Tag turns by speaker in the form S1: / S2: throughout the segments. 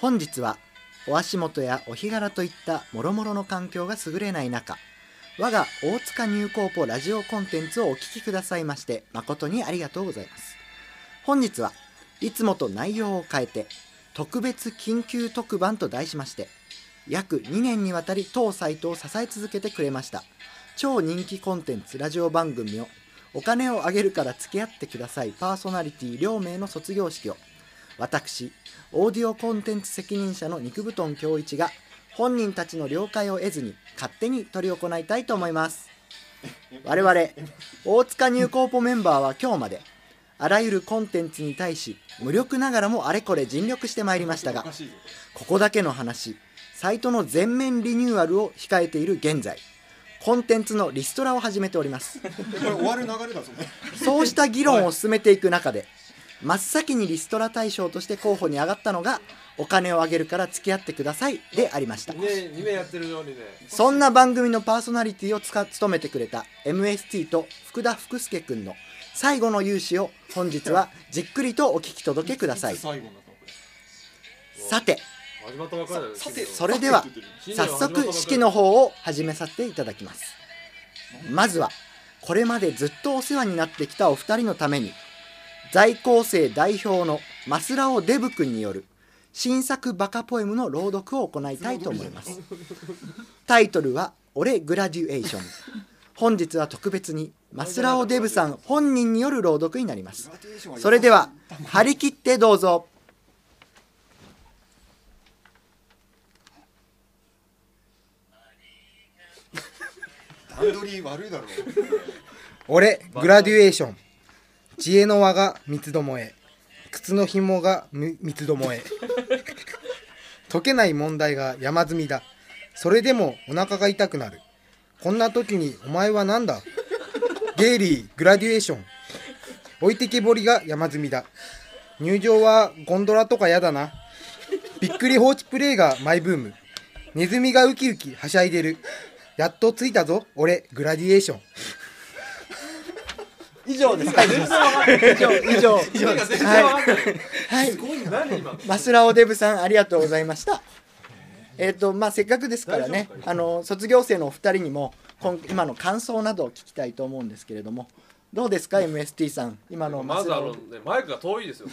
S1: 本日はお足元やお日柄といった諸々の環境が優れない中我が大塚ニューコーポラジオコンテンツをお聞きくださいまして誠にありがとうございます本日はいつもと内容を変えて特別緊急特番と題しまして約2年にわたり当サイトを支え続けてくれました超人気コンテンツラジオ番組をお金をあげるから付き合ってくださいパーソナリティ両名の卒業式を私オーディオコンテンツ責任者の肉布団恭一が本人たちの了解を得ずに勝手に執り行いたいと思います我々大塚ニューコーポメンバーは今日まであらゆるコンテンツに対し無力ながらもあれこれ尽力してまいりましたが
S2: おかしいぞ
S1: ここだけの話サイトの全面リニューアルを控えている現在コンテンツのリストラを始めております
S2: これ終わる流れだぞね
S1: そうした議論を進めていく中で真っ先にリストラ対象として候補に上がったのがお金をあげるから付き合ってくださいでありました
S3: ね2名やってるのにね
S1: そんな番組のパーソナリティをつか務めてくれた MST と福田福介くんの最後の勇姿を本日はじっくりとお聞き届けください
S2: つ最後になったのこれ
S1: さて
S3: 始まったばっかりだよ
S2: さ
S3: 君
S2: て
S3: の
S1: それでは
S2: さてって言ってる
S1: 早速式の方を始めさせていただきますまずはこれまでずっとお世話になってきたお二人のために在校生代表のマスラオデブ君による新作バカポエムの朗読を行いたいと思いますタイトルは「俺グラデュエーション」本日は特別にマスラオデブさん本人による朗読になりますそれでは張り切ってどうぞ
S2: 段取り悪いだろう
S4: 俺グラデュエーション知恵の輪が三つどもえ靴の紐がむ三つどもえ解けない問題が山積みだそれでもお腹が痛くなるこんな時にお前はなんだゲイリーグラデュエーション置いてけぼりが山積みだ入場はゴンドラとかやだなびっくり放置プレイがマイブームネズミがウキウキはしゃいでるやっと着いたぞ俺グラデュエーション
S1: 以上です以上以上以上
S3: 意味が全然わかんない
S1: はい
S3: 何今
S1: マスラオデブさんありがとうございました。えっとまあせっかくですからね、あの卒業生のお二人にも今今の感想などを聞きたいと思うんですけれども、どうですか MST さん今の
S3: ま
S1: マス
S3: ず
S1: ラ
S3: あ
S1: オ
S3: のねマイクが遠いですよ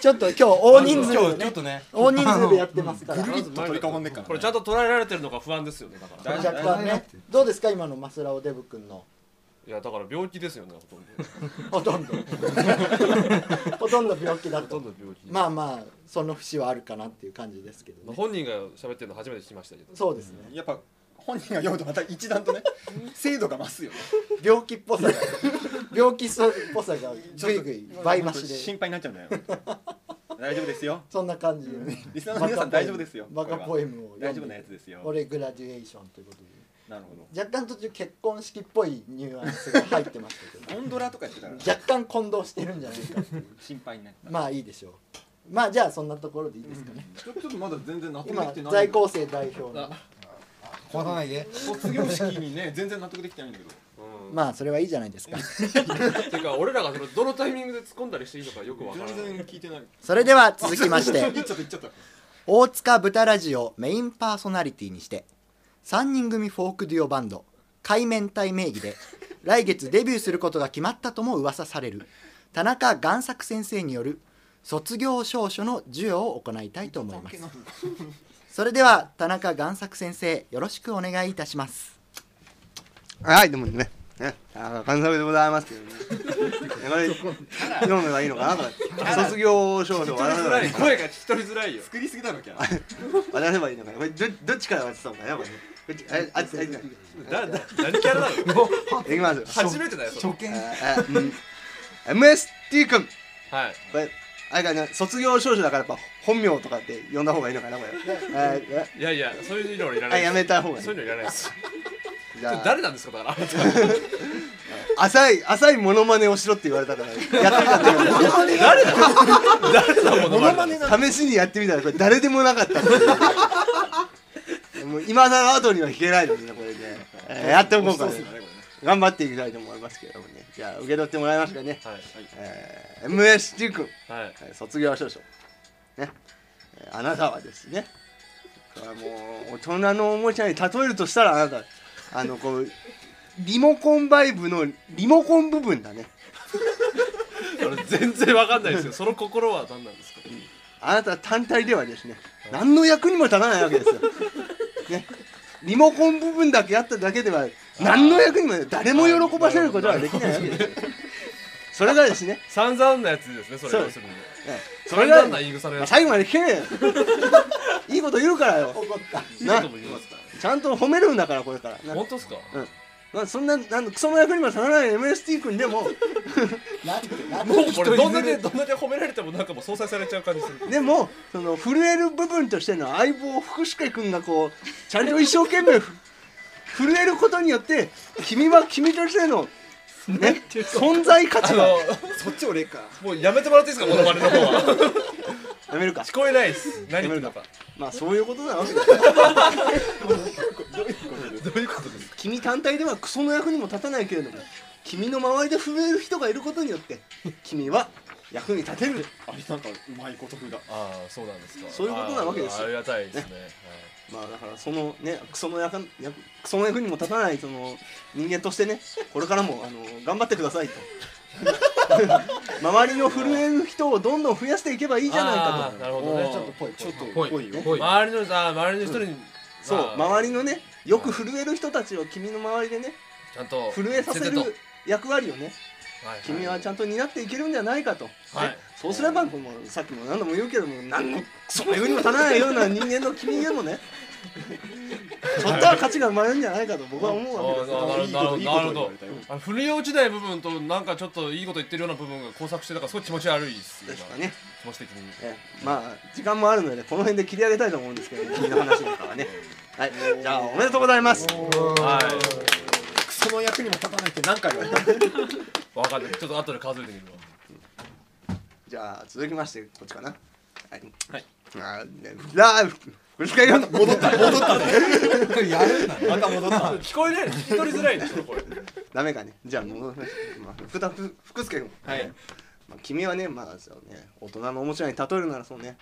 S1: ちょっと今日大人数で
S2: 今日ちょっ
S1: ね
S2: とね
S1: 大人数でやってますから
S2: ぐるりっと取り囲んでっからね
S3: これちゃんと捉えられてるのか不安ですよねだから
S1: 若干ねどうですか今のマスラオデブ君の
S3: いやだから病気ですよねほとんど
S1: ほと んどほとんど病気だ
S3: ほとん
S1: と
S3: ど病気
S1: まあまあその節はあるかなっていう感じですけど
S3: まあ
S1: ね
S3: 本人が喋ってるの初めて聞きましたけど
S1: そうですね
S2: やっぱ本人が読むとまた一段とね精度が増すよね
S1: 病気っぽさが病気っぽさが
S2: ち
S1: ぐ
S2: ょ
S1: い
S2: っと
S1: ぐい倍増
S2: 本
S1: し
S2: 当に
S1: で
S2: 心配になっちゃうんだよ大丈夫ですよ
S1: そんな感じで
S2: リスナーの皆さん大丈夫ですよ
S1: バカポエムを
S2: 大丈夫なやつですよ
S1: 俺グラデュエーションということで
S2: なるほど
S1: 若干途中結婚式っぽいニュアンスが入ってましたけど
S2: ゴンドラとかやってたら
S1: 若干混同してるんじゃないかっていう
S2: 心配になる
S1: まあいいでしょうまあじゃあそんなところでいいですかね、
S2: ちょっとまだ全然納得できて
S1: 今
S2: ない
S1: 在校生代表の
S4: 壊さないで
S2: 卒業式にね全然納得できてないんだけど
S3: うん
S1: まあそれはいいじゃないですか
S3: てか俺らがそのどのタイミングで突っ込んだりしていいのかよくわからない
S2: 全然聞いてない
S1: それでは続きまして
S2: 言っちゃった言っちゃった
S1: 大塚豚ラジオメインパーソナリティにして3人組フォークデュオバンド海面体名義で来月デビューすることが決まったとも噂される田中贋作先生による卒業証書の授与を行いたいと思いますそれでは田中贋作先生よろしくお願いいたします
S5: はい、でもね、ね、あ感想でございますけどね。これ、読むのがいいのかなと思って卒業証書を渡せばいいのかな。
S3: 声が聞き取りづらいよ
S2: 作りすぎだろキャラ
S5: 渡せばいいのかな。これ、どどっちから渡したのかな、これね。こっちあれ、あっち、あっち。
S3: だだ何キャラなの
S5: いきます。
S3: 初めてだよそれ
S5: ああうん MST 君。
S3: はい
S5: これ、あれかね、卒業証書だから、やっぱ本名とかって呼んだ方がいいのかな、これ。あえ
S3: いやいやそういうのいら
S5: あ、
S3: ない
S5: やめた方がいい
S3: そう。いうのいらないです
S5: じゃあ、
S3: 誰なんですかだからあな た
S5: 浅い、浅いモノマネをしろって言われたから、やってみたんだけど。
S3: 誰だ誰だものまね
S5: 試しにやってみたらこれ誰でもなかった っていうもう今さら後には引けないですねこれね、えーやっておこうかね頑張っていきたいと思いますけどもねじゃあ受け取ってもらいますかね、
S3: はい
S5: えー、MST 君
S3: はい
S5: えー卒業証書ね、ええーあなたはですねこれはもう大人のおもちゃに例えるとしたらあなたあのこうリモコンバイブのリモコン部分だね
S3: 俺全然わかんないですよその心は何なんですか
S5: あなた単体ではですね何の役にも立たないわけですよ、ね、リモコン部分だけあっただけでは何の役にも誰も喜ばせることはできないわけですよそれがですね
S3: 散々なやつですねそれ
S5: そう
S3: 要するに
S5: ねそれ
S3: 散
S5: が
S3: 々な言い草のやつ
S5: 最後まで聞けねえよいいこと言うからよ
S3: いいことも言いますか
S5: ちゃんと褒めるんだからこれからな
S3: 本当ですか
S5: まあ、そんななんクソの役にも立たない MST 君で
S3: も
S5: も
S3: うこれどんだけどんだけ褒められてもなんかもう相殺されちゃう感じする
S5: でもその震える部分としての相棒福助君がこうちゃんと一生懸命ふ震えることによって君は君としての、ね、存在価
S3: あ
S5: 値
S3: の
S5: は
S2: そっち俺か
S3: もうやめてもらっていいですかモ ノマネの方は
S5: やめるか
S3: 聞、こえないです何言ってたか
S5: まあ、そういうことなわけだ
S3: どういうことですか
S5: 君単体ではクソの役にも立たないけれども君の周りで震える人がいることによって君は役に立てる
S2: あれなんかうまいこと風だ
S3: ああそうなんですか
S5: そういうことなわけで
S3: あ
S5: すよ
S3: ーありがたいですね
S5: まあだからそのねクソの役役クソの役にも立たないその人間としてねこれからもあの頑張ってくださいと 周りの震える人をどんどん増やしていけばいいじゃないか
S3: あーなるほど
S2: ちょっ
S3: ね
S2: とぽいちょっと
S6: ぽい
S2: ぽいよ
S6: ぽい
S3: 周りの人あー周りの人に
S5: とそう
S3: まあ
S5: 周りのねよく震える人たちを君の周りでね
S3: ちゃんと
S5: 震えさせる
S3: はい
S5: 役割をね
S3: はい
S5: 君はちゃんと担っていけるんじゃないかと、
S3: はい
S5: ねそうすればこのさっきも何度も言うけども何のクソの役にも立たないような人間の君で もねちょっとは価値が生まれるんじゃないかと僕は思うわけですよ
S3: あーなるほど
S2: いい
S3: なるほ
S2: こといいこと
S3: ど
S2: 言われたよ
S3: あの振り落ちない部分となんかちょっといいこと言ってるような部分が交錯してだからすごい気持ち悪いです
S5: ですかね。
S3: 今気持ち的に
S5: ええまあ時間もあるのでこの辺で切り上げたいと思うんですけど、ね、君の話なんか はね。はい、じゃあおめでとうございます。
S3: はい
S2: クソの役にも立たないって何回言われた
S3: わかんないちょっと後で数えてみるわ
S5: じゃあ続きましてこっちかな。はい。
S3: はい。
S5: あーね、ラーフスカイランド戻った戻った。
S4: やるんだね
S3: また戻った聞こえないの聞き取りづらいでしょこれ
S5: ダメかね。じゃあ戻りましょうまあ福田福福助君。
S3: はい
S5: まあ君はねまあそうね大人のおもちゃに例えるならそうね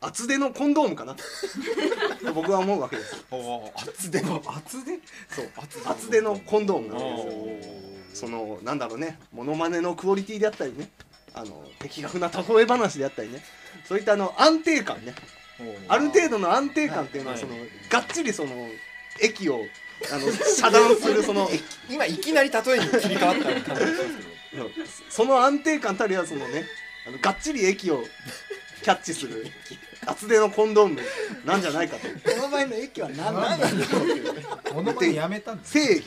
S5: 厚手のコンドームかな。 と僕は思うわけです。
S2: 厚手の厚手
S5: そう厚手のコンドームなんですよ。
S2: お
S5: そのなんだろうねモノマネのクオリティであったりねあの的確な例え話であったりねそういったあの安定感ねある程度の安定感っていうのはそのがっちりその駅をあの遮断するその
S2: 今いきなり例えに切り替わったような感じがしますけど
S5: その安定感たるやそのねあのがっちり駅をキャッチする厚手のコンドームなんじゃないかと
S1: この前の駅は何なんだ
S4: この前やめたんです
S5: 正義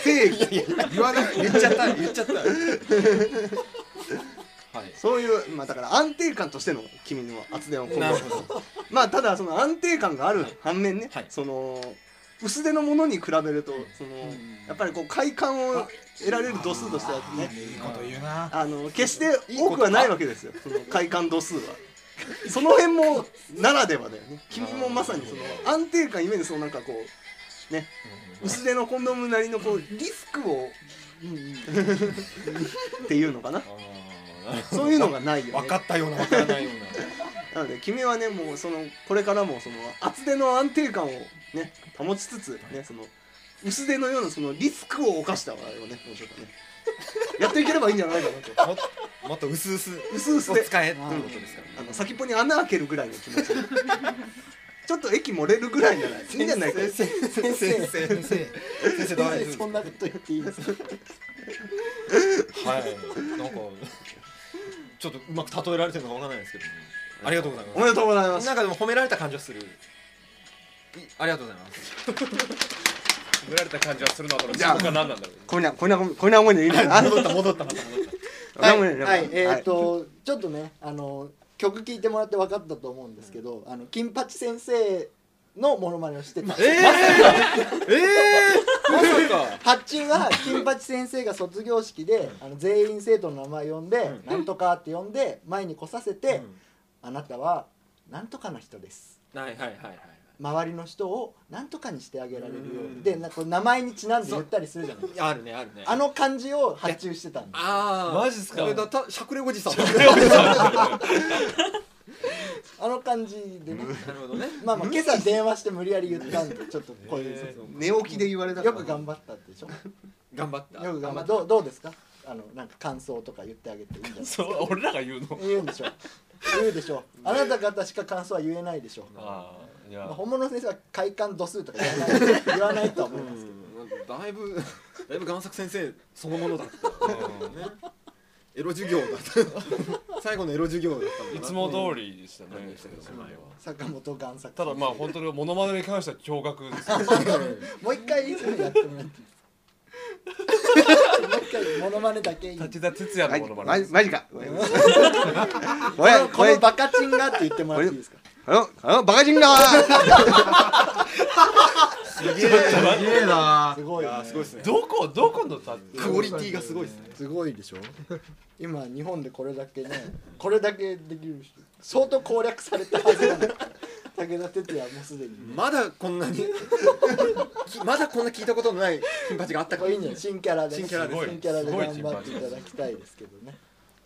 S5: 正義
S4: 言わなくて
S2: 言っちゃった言っちゃった
S5: そういうまあだから安定感としての君の厚手のコンド
S2: なる
S5: ーム
S2: ほど
S5: まあただその安定感がある反面ね、
S2: はい
S5: その薄手のものに比べるとその、やっぱりこう快感を得られる度数としてはね
S4: いいこと言うな
S5: あの決して多くはないわけですよその快感度数は。その辺もならではだよね君もまさにその安定感ゆえにそのなんかこうね薄手のコンドームなりのこうリスクをっていうのかなそういうのがないよね
S2: 分かったような分からないような
S5: なので君はねもうそのこれからもその厚手の安定感をね保ちつつねその薄手のようなそのリスクを犯したわよねもうちょっとねやっていければいいんじゃないかなと
S2: ももっと薄々
S5: 薄々
S2: を
S5: で
S2: 使えっていうことですからね
S5: あの先っぽに穴開けるぐらいの気持ちで ちょっと駅漏れるぐらいならいいんじゃないか
S2: 先生先生
S4: 先生
S2: 先生どうです
S1: そんなこと言っていいですか
S2: はいなんかちょっとうまく例えられてるのかわからないですけどありがとうござい
S5: おめでとうございま
S2: ますすなんかでも褒められた感じがするいありがとうございます
S3: 褒められた感じはするのはこれ
S5: じゃあ
S3: 僕は何なんだろう
S5: こんなこんなこんな思いでいいのかな
S2: 戻った戻ったまた戻っ
S1: はい、
S5: こんなもんで
S1: はい
S5: いいのか
S1: え
S5: な
S1: ーっとちょっとねあの曲聴いてもらって分かったと思うんですけど、あの金八先生のモノマネをしてた、発注は金八先生が卒業式であの全員生徒の名前呼んで「なんとか」って呼んで前に来させて「あなたはなんとかの人です
S2: たはいはいはいはい」
S1: 周りの人をなんとかにしてあげられるようにでなんかこう名前にちなんで言ったりするじゃない
S2: あるねあるね
S1: あの感じを発注してたんで
S2: ああ
S3: マジっすか
S2: これだたしゃくれおじさん
S1: あの感じでね
S2: なるほどね
S1: まあまあ今朝電話して無理やり言ったん でちょっとこういう、
S2: えー
S5: 寝起きで言われたから
S1: よく頑張ったでしょよ
S2: 頑張った
S1: く頑張ったどうどうですかあのなんか感想とか言ってあげていいんじゃないです
S3: そ
S1: か
S3: う俺らが言うの
S1: 言うんでしょ言うでしょあなた方しか感想は言えないでしょ
S3: ああい
S1: まあ、
S3: や
S1: 本物の先生は快感度数とか言わない言わないとは思いますけど
S2: うんだいぶだいぶ贋作先生そのものだった、ね、エロ授業だった最後のエロ授業だったのかない
S3: つも通りでしたね
S2: うん
S1: 坂本贋作
S3: ただまあ本当にモノマネに関しては驚愕ですよ
S1: もう一回そういうのやってもらっていいですかもう一回モノマネだけいい
S3: 立田哲也
S5: マ
S3: の
S5: ジ
S3: モノマ
S5: マ
S3: ネ
S5: ジ
S3: です
S5: マジか。
S1: こ
S5: お
S1: の
S5: い、
S1: この
S5: これ、
S1: バカチンがって言ってもらっていいですか
S5: あの、あの、バカ人が。
S2: すげえな
S1: すごいよね
S2: すごいですね
S3: どこどこの立
S2: クオリティがすごいですね
S1: すごいでしょ今日本でこれだけねこれだけできる人相当攻略されたはずなの武田鉄矢はもうすでに
S2: まだこんなに きまだこんな聞いたことのない金八があった
S1: こ
S2: か
S1: れいいんじゃない新キャラで
S2: 新キャラです
S1: 新キャラです
S3: ごい
S1: 頑張っていただきたいですけどね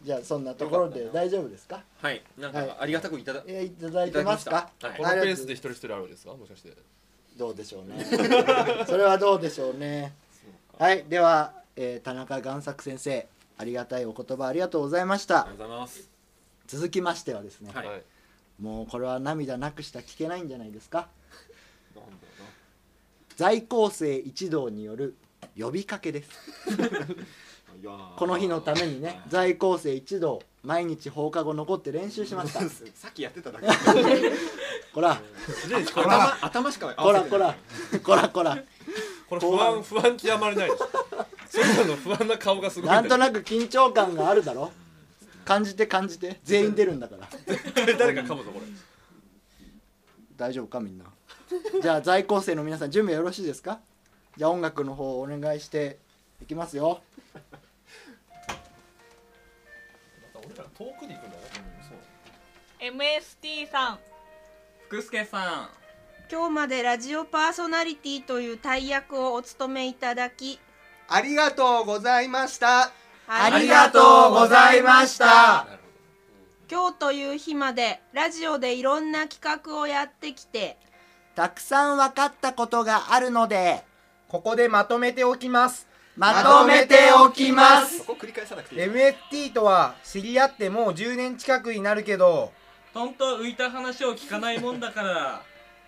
S1: じゃあそんなところで大丈夫ですか
S2: はいなん
S1: はい
S2: かありがたくいただ、
S1: いやいただいてますか
S2: いただき
S3: こ
S2: ま
S3: の
S1: ありがとう
S3: ペースで一人一人あるんですかもしかして
S1: どうでしょうね それはどうでしょうねはいでは、えー田中贋作先生ありがたいお言葉ありがとうございました
S2: ありがとうございます
S1: 続きましてはですね、
S2: はい
S3: はい
S1: もうこれは涙なくした聞けないんじゃないですか在校生一同による呼びかけです
S2: いやー
S1: この日のためにね在校生一同毎日放課後残って練習しました
S2: さっきやってただけ
S1: こら
S2: 頭頭しか合
S1: こ
S2: わ
S1: ら
S2: せて
S1: こ
S2: ない
S1: らこらこら
S3: これ不安不安極まりないでしょそれぞれの不安な顔がすごい
S1: なんとなく緊張感があるだろ感じて感じて全員出るんだから
S3: 誰か噛むぞこれ
S1: 大丈夫かみんなじゃあ在校生の皆さん準備はよろしいですかじゃあ音楽の方お願いしていきますよ
S3: 俺ら遠くに行くんだね
S6: MST さん
S7: 福助さん
S6: 今日までラジオパーソナリティという大役をお務めいただき
S5: ありがとうございました。
S6: あ
S1: りがとうございました
S6: 今日という日までラジオでいろんな企画をやってきて
S1: たくさん分かったことがあるので
S4: ここでまとめておきます
S1: まとめておきます
S2: そこ繰り返さなくていい
S4: MFT とは知り合ってもう10年近くになるけど
S7: ほんと浮いた話を聞かないもんだから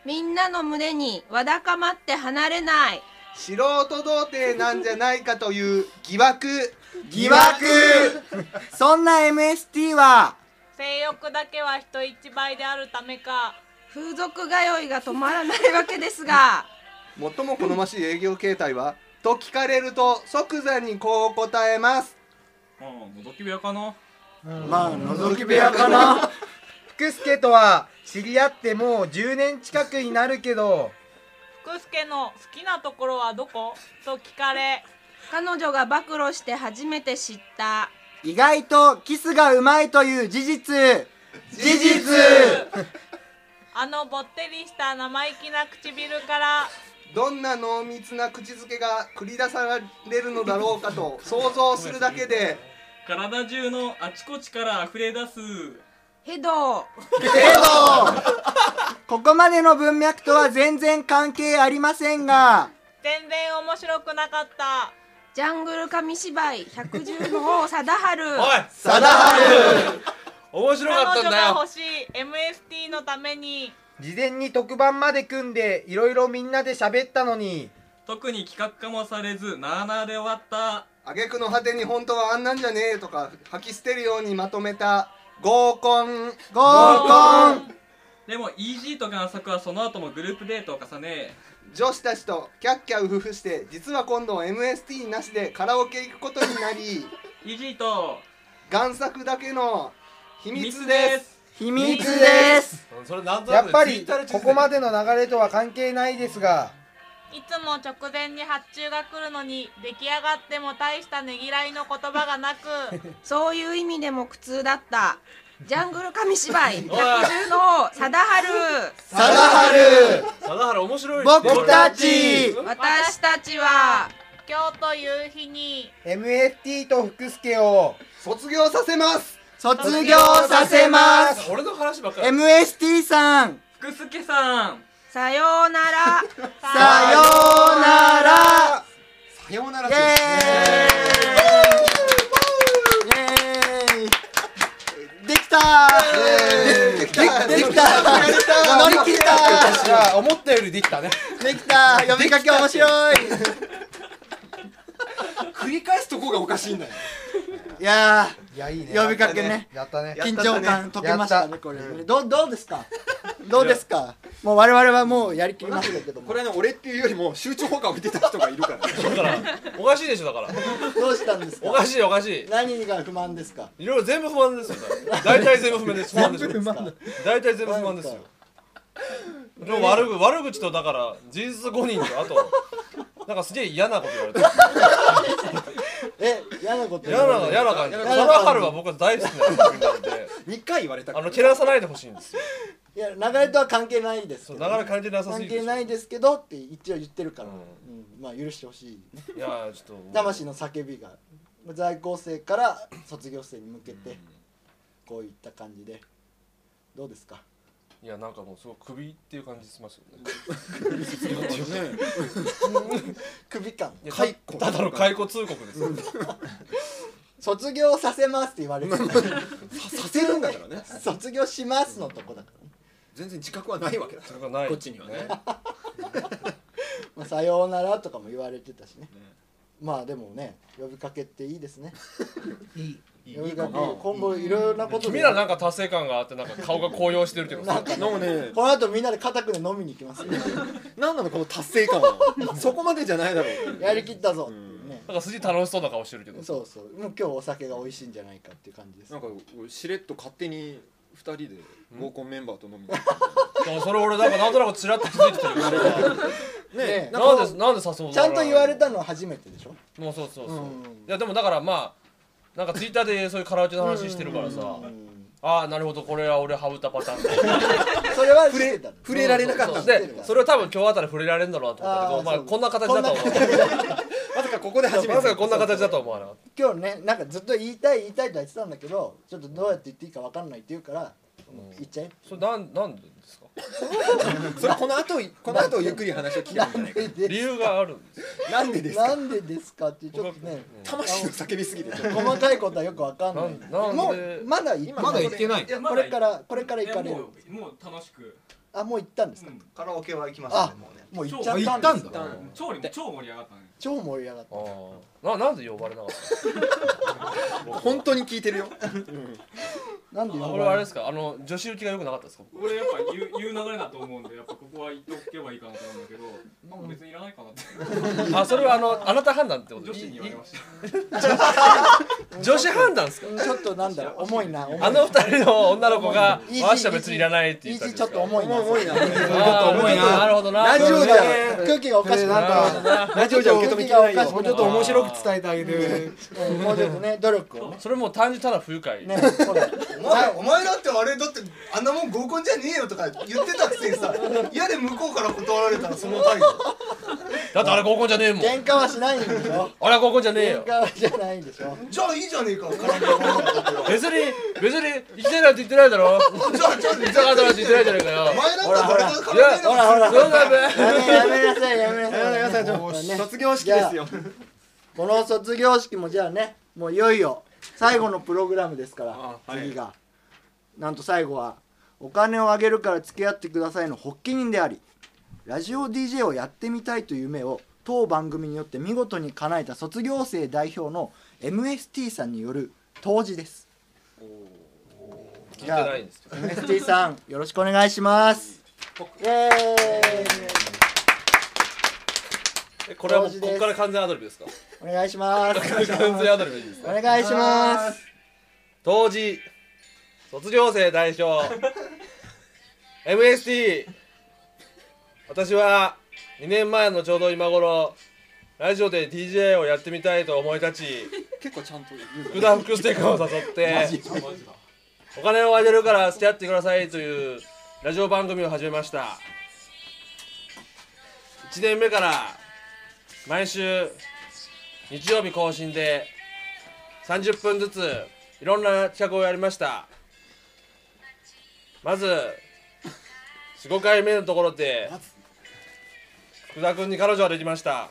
S6: みんなの胸にわだかまって離れない
S5: 素人童貞なんじゃないかという疑惑。
S1: 疑惑そんな MST は
S6: 性欲だけは人一倍であるためか風俗通いが止まらないわけですが
S5: 最も好ましい営業形態は。と聞かれると即座にこう答えます。
S7: うんのどき部屋かな
S1: まあ覗き部屋かな
S4: 福助とは知り合ってもう10年近くになるけど
S6: 福助の好きなところはどこと聞かれ彼女が暴露して初めて知った
S1: 意外とキスがうまいという事実事実
S6: あのぼってりした生意気な唇から
S5: どんな濃密な口づけが繰り出されるのだろうかと想像するだけで
S7: 体中のあちこちから溢れ出す
S6: ヘド
S1: ここまでの文脈とは全然関係ありませんが
S6: 全然面白くなかったジャングル紙芝居110の王貞治
S3: おい
S1: ただ
S3: 面白かったんだよ
S6: しい MST のために
S4: 事前に特番まで組んでいろいろみんなで喋ったのに
S7: 特に企画化もされずなあなあで終わった
S5: 挙句の果てに本当はあんなんじゃねえとか吐き捨てるようにまとめた合コン
S1: 合コン
S7: でも EG と贋作はその後もグループデートを重ね
S5: 女子たちとキャッキャウフフして実は今度 MST なしでカラオケ行くことになり
S7: EG と
S5: 贋作だけの秘
S7: 秘
S5: 密
S7: 密
S5: で
S7: ですす
S1: 秘密です
S3: うんそれなんとな
S4: や
S3: く
S4: っぱり
S3: Twitter の地図
S4: ここまでの流れとは関係ないですが
S6: いつも直前に発注が来るのに出来上がっても大したねぎらいの言葉がなくそういう意味でも苦痛だったジャングル紙芝居110の王貞治
S1: 貞治
S3: 貞原面白い
S1: 僕たち
S6: 私たちは今日という日に
S4: MFT と福助を
S5: 卒業させます
S1: 卒業させます
S3: す俺の話ばっかり
S1: MST さん
S7: 福助さん
S6: さようなら
S1: さようなら
S2: さようなら
S1: イエーイイエーイできた
S2: えー
S1: できた乗り切った
S4: いや思ったよりできたね
S1: できた呼びかけ面白い
S2: 繰り返すとこがおかしいんだよ
S1: いや
S4: いやいいね
S1: ー呼びかけね
S4: やったね
S1: 緊張感解けました
S4: や
S1: ね
S4: った
S1: これどうどうです かどうですかもう我々はもうやりきりました けども
S2: これはね俺っていうよりも集中砲火を見てた人がいるから
S3: だからおかしいでしょだから
S1: どうしたんです
S3: お
S1: か
S3: かしいおかしい
S1: 何が不満ですか
S3: いろいろ全部不安ですよ大体全部不満です不満ですよ大体全部不満ですよでも悪ぐ悪口とだから事実5人とあとなんかすげえ嫌なこと言われてる
S1: え嫌なこと
S3: 嫌な嫌な感じサラハルは僕は大好きな作品なので
S2: 2回言われたか
S3: あ
S2: ら
S3: のけなさないでほしいんですよ
S1: いや流れとは関係ないです
S3: そ
S1: け
S3: う
S1: ど
S3: 流れ関係なさす
S1: 関
S3: ぎる
S1: 係ないですけどって一応言ってるから、うんまあ許してほしいね
S3: いやーちょっと
S1: 魂の叫びが在校生から卒業生に向けてこういった感じでどうですか
S3: いやなんかもうすごい首っていう感じしますよね
S2: ね
S1: 首感
S3: いや
S2: 解雇
S3: ただの解雇通告ですよ
S1: 卒業させますって言われてる
S2: させるんだからね
S1: 卒業しますのとこだからね、
S2: 全然自覚はないわけだ
S3: それがない
S2: こっちにはね
S1: まあ、さようならとかも言われてたしねまあでもね呼びかけっていいですね
S2: いい
S1: 呼び
S2: か
S1: か
S2: な
S1: け今後いろいろなことで
S3: 君らなんか達成感があってなんか顔が高揚してるけど
S1: なん
S3: さ
S1: か
S2: なんかね
S1: この後みんなで固くで飲みに行きますよ
S2: なんなのこの達成感 はそこまでじゃないだろう
S1: やりきったぞっていうね
S3: なんか筋楽しそうな顔してるけど
S1: そうそうもう今日お酒が美味しいんじゃないかっていう感じです
S2: なんかしれっと勝手に2人で合コンメンバーと飲みに行っ
S3: でもそれ俺なんかなんとなくちらっと気づいてきてるから
S2: てね
S1: ねえ
S3: なんでなんで誘う
S1: ちゃんと言われたのは初めてでしょ
S3: もうそうそうそう、
S1: うん
S3: いやでもだからまあなんかツイッターでそういうカラオケの話してるからさ、ああなるほどこれは俺ハブったパターンだ
S1: それは触れ
S2: 触れられなかった
S3: そう
S2: の
S3: でそれは多分今日あたり触れられるんだろうなと思ったけ
S1: あー
S3: どまあ
S1: そう
S3: こんな形だとは思わなかっ
S2: まさかここで初め
S3: た
S2: て
S3: まさかこんな形だとは思わなかっ
S1: 今日ねなんかずっと言いたい言いたいとは言ってたんだけどちょっとどうやって言っていいか分かんないって言うから言っちゃえ
S3: たそれなんなんでですか
S2: それこの後この後ゆっくり話を聞けばいいんじゃないか
S1: なんで
S3: 理
S1: で
S3: 由があるんですよ
S2: なんでです
S1: な
S2: か
S1: んでですかってちょっとね
S2: 魂の叫びすぎて
S1: 細かいことはよく分かんない
S3: なん
S1: も
S3: なんで
S1: うまだ今
S2: まだ行ってない
S7: いやま
S1: こ
S7: だ
S1: れからこれから行かれ
S7: いや
S1: る
S7: もうもう楽しく
S1: あもう行ったんですか
S7: うん
S5: カラオケは行きましたね
S1: あ
S5: もうね
S1: もう行っちゃったんですか
S7: 超超盛り上がったね
S1: 超盛り上がっ
S3: あ
S1: た
S3: ーななんで呼ばれなかった
S2: 本当に聞いてるよ
S1: なんで呼
S3: の
S1: ば
S3: 俺
S1: れ
S3: はあ
S1: な
S3: れ
S1: い
S3: ですかあの女子受けが良くなかったですか
S7: 俺やっぱ言う言う流れだと思うんでやっぱここは言っておけばいいかなと思うんだけどなんか別にいらないかなって
S3: あそれはあのあなた判断ってこと
S7: 女子に言われました
S3: 女子判断ですか
S1: うんちょっとなんだろう重いな重いな
S3: あの二人の女の子が
S1: イージー
S3: わしは別にいらないって言ったん
S1: イー
S3: で
S1: ジー
S3: す
S1: ちょ
S3: か
S1: っと重いな
S2: 重いな
S3: あー重いななるほどな
S2: ラジオじゃ
S1: 空気がおかしくなってる
S2: ラジオじゃ受け止めきれないよ
S1: もう
S4: ちょっと面白く伝えてあげて
S1: うんもうちょっとね努力をね
S3: それもう単純ただ不愉快、
S1: ねほら
S5: お前お前だってあれだってあんなもん合コンじゃねえよとか言ってたくせに さ嫌で向こうから断られたらその態度
S3: だってあれ合コンじゃねえもん
S1: 喧嘩はしないんでしょ
S3: あれは合コンじゃね
S1: 喧
S3: えよ
S1: 嘩はじゃないんでしょ
S5: じゃあいいじゃねえかカラオケ は
S3: 別に別に行きたいなんて言ってないだろ行
S5: じゃあじゃあ
S3: きたかったなんて言ってないじゃないかよ
S5: お前だったら誰がカラオケ
S1: ほらほら
S3: どうだべ
S1: やめやめなさいやめなさい
S2: 皆さんちょっと卒業式ですよ
S1: この卒業式もじゃあねもういよいよ最後のプログラムですから
S2: あはい
S1: 次がなんと最後は「お金をあげるから付き合ってください」の発起人でありラジオ DJ をやってみたいという夢を当番組によって見事に叶えた卒業生代表の MST さんによる当時です
S3: 聞いてないんですけど
S1: MST さんよろしくお願いしますイエーイ
S3: えこれはもうこっから完全アドリブですか
S1: お願いします
S3: 完 全アドリブでいいです
S1: お
S3: ね
S1: 願いします
S3: 当時卒業生代 表 MST 私は2年前のちょうど今頃ラジオで DJ をやってみたいと思い立ち
S2: 結構ちゃんと
S3: 福田福助君を誘って
S7: マジだ
S3: お金をあげるから付き合ってくださいというラジオ番組を始めました1年目から毎週日曜日更新で30分ずついろんな企画をやりましたまず45回目のところで福田君に彼女はできました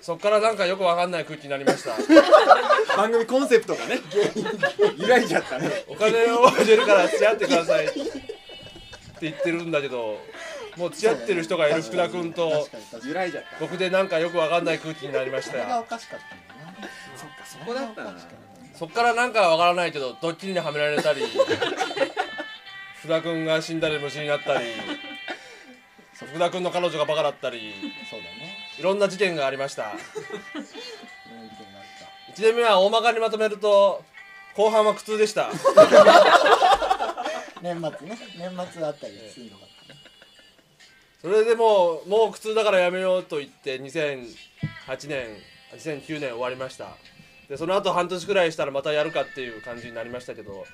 S3: そっからなんかよくわかんない空気になりました
S2: 番組コンセプトがね揺らいじゃったね
S3: お金を入れるから付き合ってくださいって言ってるんだけどもう付き合ってる人がいる福田君と
S1: 確かに確か
S2: 揺らいじゃった
S3: 僕でなんかよくわかんない空気になりました
S1: にそれがおかしかったんだな
S2: そこだったな
S3: そっからなんかわからないけどドッキリにはめられたり 福田君が死んだり虫になったり福田君の彼女がバカだったり
S1: そうだね
S3: いろんな事件がありました
S1: そういうことになった
S3: 1年目は大まかにまとめると後半は苦痛でした
S1: 年末ね年末あたりきついのが
S3: それでもうもう苦痛だからやめようと言って2008年2009年終わりましたでその後半年くらいしたらまたやるかっていう感じになりましたけど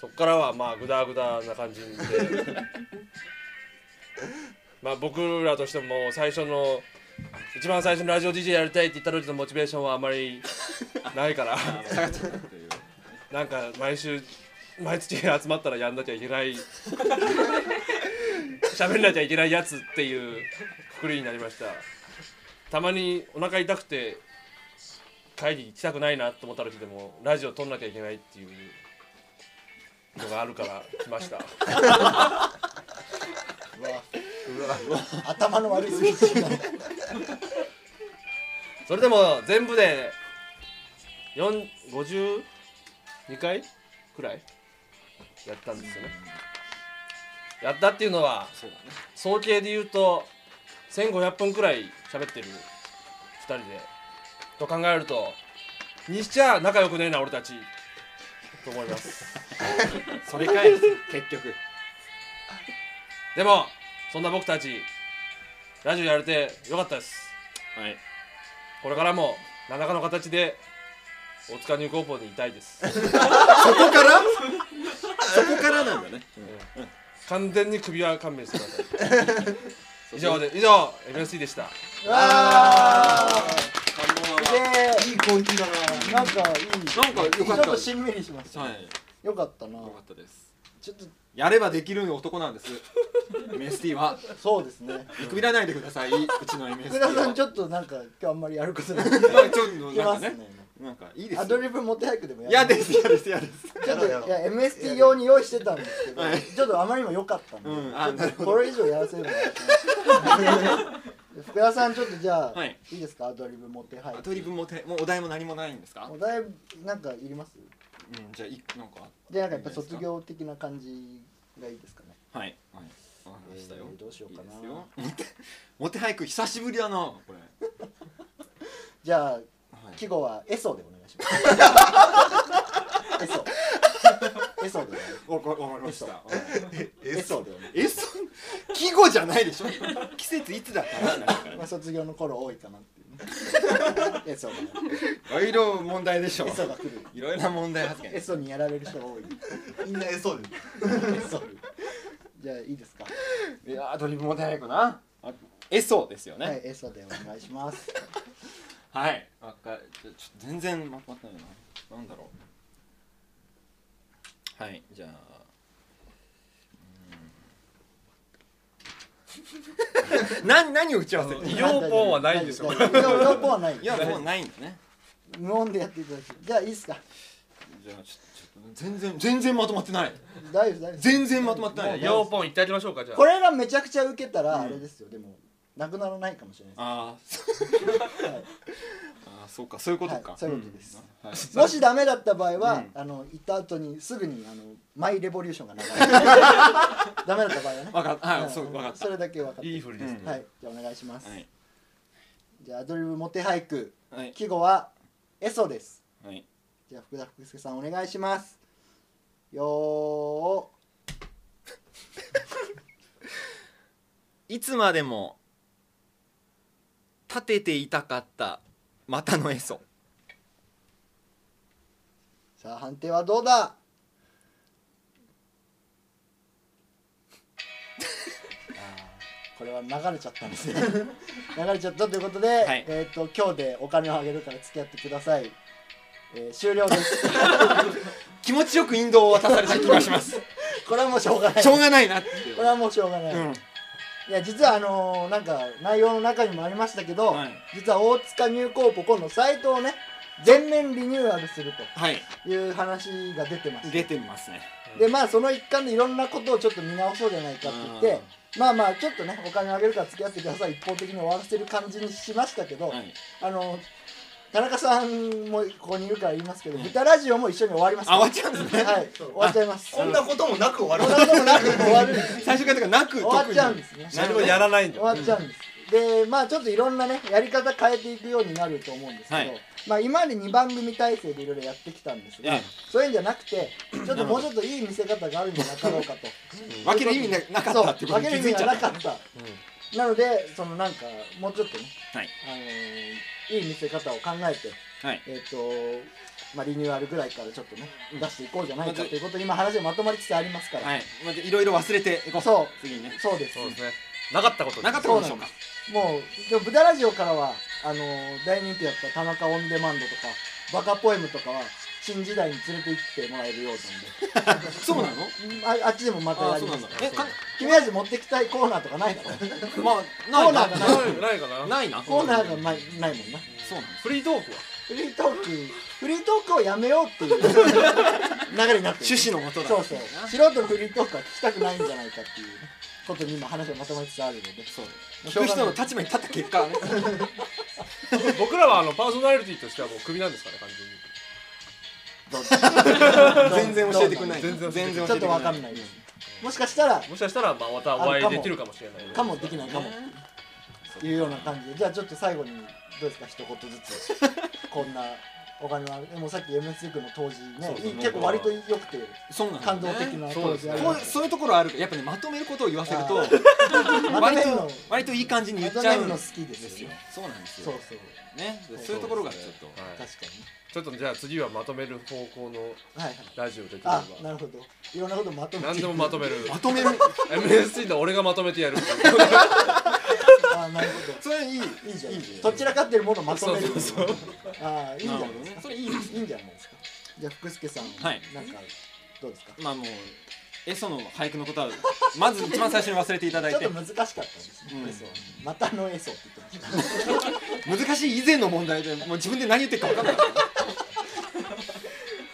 S3: そっからはまあグダグダな感じで まあ僕らとしても最初の一番最初にラジオ DJ やりたいって言った時のモチベーションはあまりないからなんか毎週毎月集まったらやんなきゃいけない喋んなきゃいけないやつっていうくくりになりましたたまにお腹痛くて会議行きたくないなと思った時でもラジオ撮んなきゃいけないっていうのがあるから来ました
S1: 頭の悪い数字が
S3: それでも全部で4 52回くらいやったんですよねやったっていうのは
S2: そうだね
S3: 総計で言うと1500本くらい喋ってる2人でと考えるとにしちゃ仲良くねえな俺たちと思います
S2: それかい結局
S3: でもそんな僕たちラジオやれてよかったです
S2: はい
S3: これからも何らかの形で大塚ニューコーポにいたいです
S2: そこからそこからなんだね
S3: 完全に首は勘弁してください以上で以上 MSC でした
S1: す
S5: いい攻撃だな
S1: げえなんかいい
S2: なんかよかった
S1: ちょっとしんみりしました
S2: はい
S1: よかったな
S2: よかったです
S1: ちょっと
S2: やればできる男なんです MST は
S1: そうですね
S2: 見くびらないでくださいうちの MST
S1: 福田さんち
S2: ょっ
S1: ょっとなんか今日あんまりやること ない
S2: とちょっと
S1: いけ
S2: な
S1: ま
S2: ん
S1: す
S2: か
S1: ね
S2: ねなんかいいです
S1: アドリブモテ俳句でもやる
S2: 嫌です嫌です嫌です
S1: ちょっといや MST 用に用意してたんですけど
S2: はい
S1: ちょっとあまりにも良かったんで
S2: うんあなるほど
S1: これ以上やらせるのは福田さんちょっとじゃあ
S2: はい
S1: いいですかアドリブモテ俳
S2: ア
S1: 句
S2: ドリブもてもうお題も何もないんですか
S1: お題なんかいります
S2: うんじゃあいなんか
S1: でなんかやっぱ卒業的な感じがいいですかね
S2: はいはいわかりましたよ
S1: えーどうしようかない
S2: いですよモテモテ俳句久しぶりだなこれ
S1: じゃあ
S2: はい
S1: 季語はエソでお願いしますエソエソでお願いします
S2: わかわかりましたはい
S1: エソでお願いします
S2: えそ季語じゃないで しょ季節いつだったらなんか
S1: まあ卒業の頃多いかなって いうねエソが
S2: いろいろ問題でしょ
S1: エソが来る
S2: いろいろな問題発
S1: エ
S2: 言
S1: ソにやられる人が多い
S5: みんなえそうで
S1: エソじゃあいいですか
S2: いやアドリブ問題ないかなあえそうですよね
S1: はいエソでお願いします
S2: はい。わかちょちょ全然まとまってないな。なんだろう。はい。じゃあ。うーん 何何を打ち合わせに。
S3: イオポンはないんで すよ
S1: イオポンはない
S2: いやもうないんだね。
S1: 無音でやっていただきじゃあいいですか
S2: じゃあちょちょっと全然全然まとまってない。
S1: 大丈夫大丈夫
S2: 全然まとまってない。
S3: 4本いってあげましょうかじゃあ
S1: これがめちゃくちゃ受けたらあれですよ、でもなくならないかもしれないで
S2: あ
S1: す、はい
S2: ー あーそうかそういうことか。
S1: はいそういうことです
S2: うん。はい
S1: もしダメだった場合は、あの行った後にすぐにあのマイレボリューション が流れるダメだった場合はね
S2: わかった。
S1: う
S2: は
S1: ん
S2: い。そうわかった。
S1: それだけ分かった
S3: いいふりですね、
S2: うん
S1: はいじゃあお願いします、
S2: はい
S1: じゃあアドリブモテ俳句
S2: はい
S1: 季語はエソです
S2: はい。
S1: じゃあ福田福助さんお願いしますよ
S2: いつまでも立てていたかった股のえそ。
S1: ーさあ判定はどうだ これは流れちゃったんですね流れちゃったということで、
S2: はい
S1: えっ、と今日でお金をあげるから付き合ってくださいえー終了 です。
S2: 気持ちよく引導を渡された気がします
S1: これ はもうしょうがない。
S2: しょ
S1: こ
S2: うがないなって
S1: れはもうしょうがない。
S2: うん
S1: いや実はあのーなんか内容の中にもありましたけど、
S2: はい
S1: 実は大塚ニューコーポ今度サイトをね全面リニューアルする
S2: はい
S1: という話が出てまして
S2: 出てますね
S1: でまあその一環でいろんなことをちょっと見直そうじゃないかって言ってまあまあちょっとねお金あげるから付き合ってください一方的に終わらせる感じにしましたけど、
S2: はい
S1: あの田中さんもここにいるから言いますけど、豚ラジオも一緒に終わります
S2: あ終わっちゃうんですね
S1: はい終わっちゃいます
S5: こんなこともなく終わる
S1: こんなことなく終わるんです
S2: 最初からとかなく
S1: 終わっちゃうん
S2: 特に
S1: ですね
S3: 何もやらないんだ
S1: 終
S3: よ
S1: わっちゃうんです、でまあちょっといろんなねやり方変えていくようになると思うんですけど、
S2: はい
S1: まあ今まで2番組体制でいろいろやってきたんですが、
S2: ええ
S1: そういうんじゃなくて ちょっともうちょっといい見せ方があるん じゃなかろうかと
S2: 分ける意味ななかったって
S1: そう
S2: こと
S1: 分
S2: に
S1: け
S2: 気
S1: る意味
S2: づいち
S1: がな
S2: ゃっ
S1: か
S2: た
S1: った、なのでそのなんかもうちょっとね、
S2: はい
S1: あのーいい見せ方を考えて
S2: はい
S1: えっ、とまあリニューアルぐらいからちょっとね出していこうじゃないかということで今話がまとまりつつありますから、
S2: はいまあいろいろ忘れていこう
S1: そう
S2: 次ね
S1: そうです
S3: そうですねなかったこと
S2: なかったことでしょうか
S1: もう、でも、豚ラジオからは、あのー大人気だった田中オンデマンドとか、バカポエムとかは、新時代に連れて行ってもらえるような
S2: そうなの
S1: んで、ああっちでもまた
S2: あ
S1: や
S2: あそ
S1: り
S2: うな
S1: ま
S2: ん
S1: す
S2: だ。えか
S1: 君味持ってきたいコーナーとかないだろ
S2: ま
S1: そ
S2: あ
S1: う
S2: な
S1: ないんだ
S2: な
S3: ないないかな
S2: ないな
S1: コーナーがないないもんな。
S2: そうなんです
S3: フリートークは
S1: フリートーク、フリートークをやめようっていう流れになってる。
S2: 趣旨のことだ
S1: そうそう。素人のフリートークは聞きたくないんじゃないかっていうことに今話がまとまりつつあるので。そう。
S2: 聞く人の立場に立った結果ね
S3: 僕らはあのパーソナリティとしてはもうクビなんですかね完全に
S2: 全然教えてくれない
S3: 全然教えてくれな
S2: 全
S3: い
S2: 然
S1: ち
S2: 教
S1: ょ
S2: え
S1: って
S2: く
S1: と
S2: れ
S1: わかんないです。もしかしたら、
S3: もしかしたらまあまたお会いできるかもしれない
S1: かもできないかもいうような感じでじゃあちょっと最後にどうですか一言ず つこんなお金はでもさっき MSU 君の当時ね
S3: そうそう
S1: いい結構割と良くて
S2: そうなんです
S1: 感動的な当時ある
S2: こうそういうところあるからやっぱねまとめることを言わせると
S1: まと
S2: 割
S1: めるの
S2: と割といい感じに言
S1: ま
S2: っ
S1: と
S2: ちゃ
S1: め
S2: う
S1: る
S2: ん
S1: の
S2: で
S1: 好きです
S2: す
S1: よ
S2: よ
S1: ね
S2: そうなんです
S1: そ
S2: よ
S1: うそう
S2: ねそういうところがちょっと
S3: はい
S1: 確か
S3: ちょっとじゃあ次はまとめる方向の
S1: にはいはい
S3: ラジオできれば
S1: あなるほどいろんなことまとめ
S3: 何
S1: て
S3: でもまとめる
S2: まとめる
S3: MSC の俺がまとめてやる
S1: あなるほ
S2: それいい
S1: どいいじゃん
S2: いいね
S1: どちらかってるものをまとめる
S3: そうそうそう
S1: ああいいんじゃないで
S2: なる
S1: す
S2: ほどね
S1: か
S2: それいいです
S1: いいんじゃないですかじゃあ福助さん
S2: はい
S1: なんかどうですか
S2: まあもうエソの俳句のことはまず一番最初に忘れていただ
S1: ち
S2: い
S1: ょってと難しかったですね
S2: うん
S1: エソはまたのエソって言ってました
S2: 難しい以前の問題でもう自分で何言ってるか分かんないからね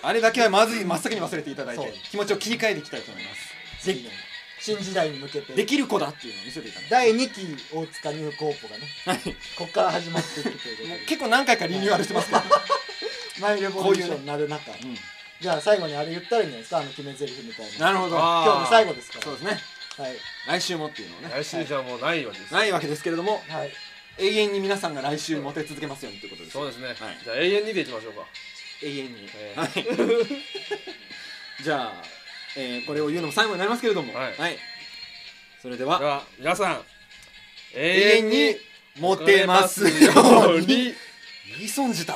S2: あれだけはまずい真っ先に忘れていただい
S1: そう
S2: て気持ちを切り替えていきたいと思います
S1: ぜひね新時代に向け
S2: で
S1: て
S2: きる子だっていうのを見せていただい
S1: 第
S2: て
S1: 2期大塚ニューコーポがねここから始まっていくという
S2: も
S1: こと
S2: う
S1: で
S2: 結構何回かリニューアルしてますけど、
S1: マイレボリューションになる中
S2: うん
S1: じゃあ最後にあれ言ったらいいんじゃないですかあの決め台詞みたいな
S2: なるほど
S3: あ
S1: 今日の最後ですか
S2: そうですね
S1: らはい
S2: 来週もっていうのをね
S3: 来週じゃもうないわけです
S2: ないわけですけれども
S1: はい
S2: 永遠に皆さんが来週モテ続けますようにということです
S3: そうですね、
S2: い
S3: じゃあ永遠にでいきましょうか
S2: 永遠に、
S3: え
S2: はいじゃあ、えーこれを言うのも最後になりますけれども
S3: はい
S2: それで
S3: で
S2: は
S3: は皆さん
S2: 永遠にモテますように言い損じた